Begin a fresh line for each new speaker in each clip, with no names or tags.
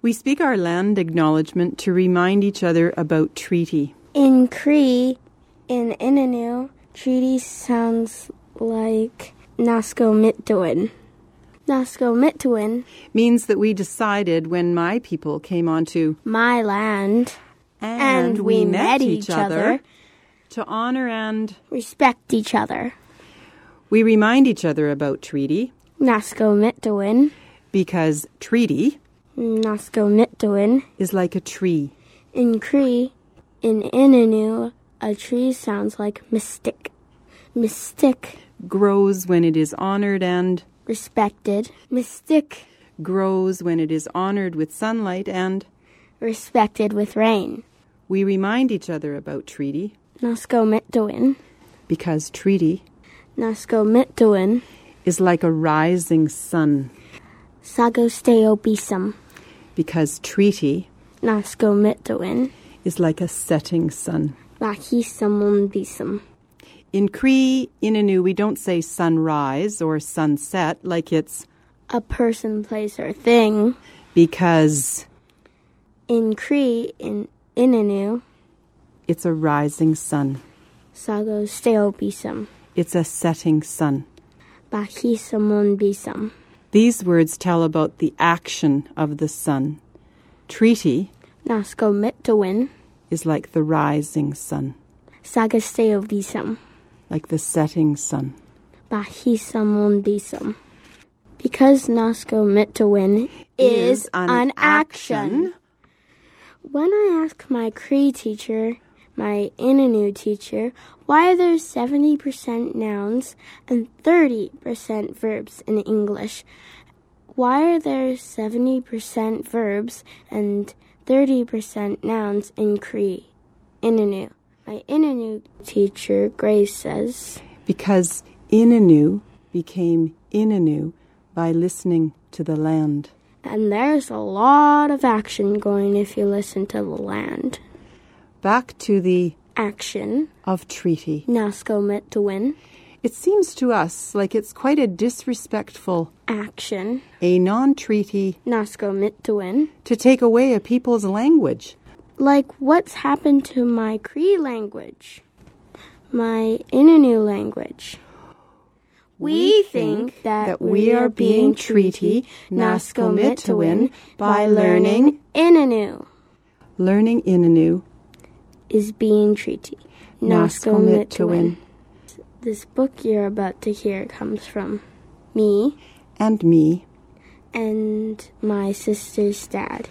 We speak our land acknowledgement to remind each other about treaty.
In Cree, in Innu, treaty sounds like Nasco Mitduin. Nasco Mitduin,
Means that we decided when my people came onto
my land.
and, we met each other to honor and
Respect each other.
we remind each other about treaty
Nasco Mitduin,
because treaty
Nasco Mitduin.
is like a tree.
In Cree, in Innu, a tree sounds like mystic. Mystic,
grows when it is honored and
respected. Mystic,
grows when it is honored with sunlight and
respected with rain.
we remind each other about treaty
Nasco Mitduin,
because treaty
Nasco Mitduin,
is like a rising sun
Sagosteo Bisum,
because treaty
Nasco Mitduin,
is like a setting sun
Lahisumum Bisum.
in cree inanu we don't say sunrise or sunset like it's
A person, place, or thing.
because
In Cree, in Innu,
it's a rising sun
Sagosteo Bisum,
it's a setting sun
Lahisumum Bisum.
these words tell about the action of the sun treaty
Nasco Mitduin,
is like the rising sun
Sagosteo Bisum.
like the setting sun.
Bahisamon Bisum. Because Nasco Mitowin is an action. When I ask my Cree teacher, my Innu teacher, why are there 70% nouns and 30% verbs in English? Why are there 70% verbs and 30% nouns in Cree? Innu. My Innu teacher, Grace, says.
Because Inanu became Inanu by listening to the land.
And there's a lot of action going if you listen to the land.
Back to the
Action.
of treaty.
Nasco meant to win.
It seems to us like it's quite a disrespectful,
Action.
a non treaty,
Nasco meant to win.
to take away a people's language.
Like what's happened to my Cree language? My Innu language. We think that, we are being treaty Nasco Mitowin by learning Innu
Learning Inanu
is being treaty Nasco
Naskomitowin.
Mitowin. This book you're about to hear comes from me
and me
and my sister's dad.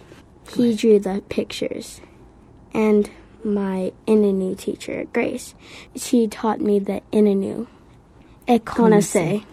He drew the pictures. And my Innu teacher, Grace. She taught me the Innu. Ekonase.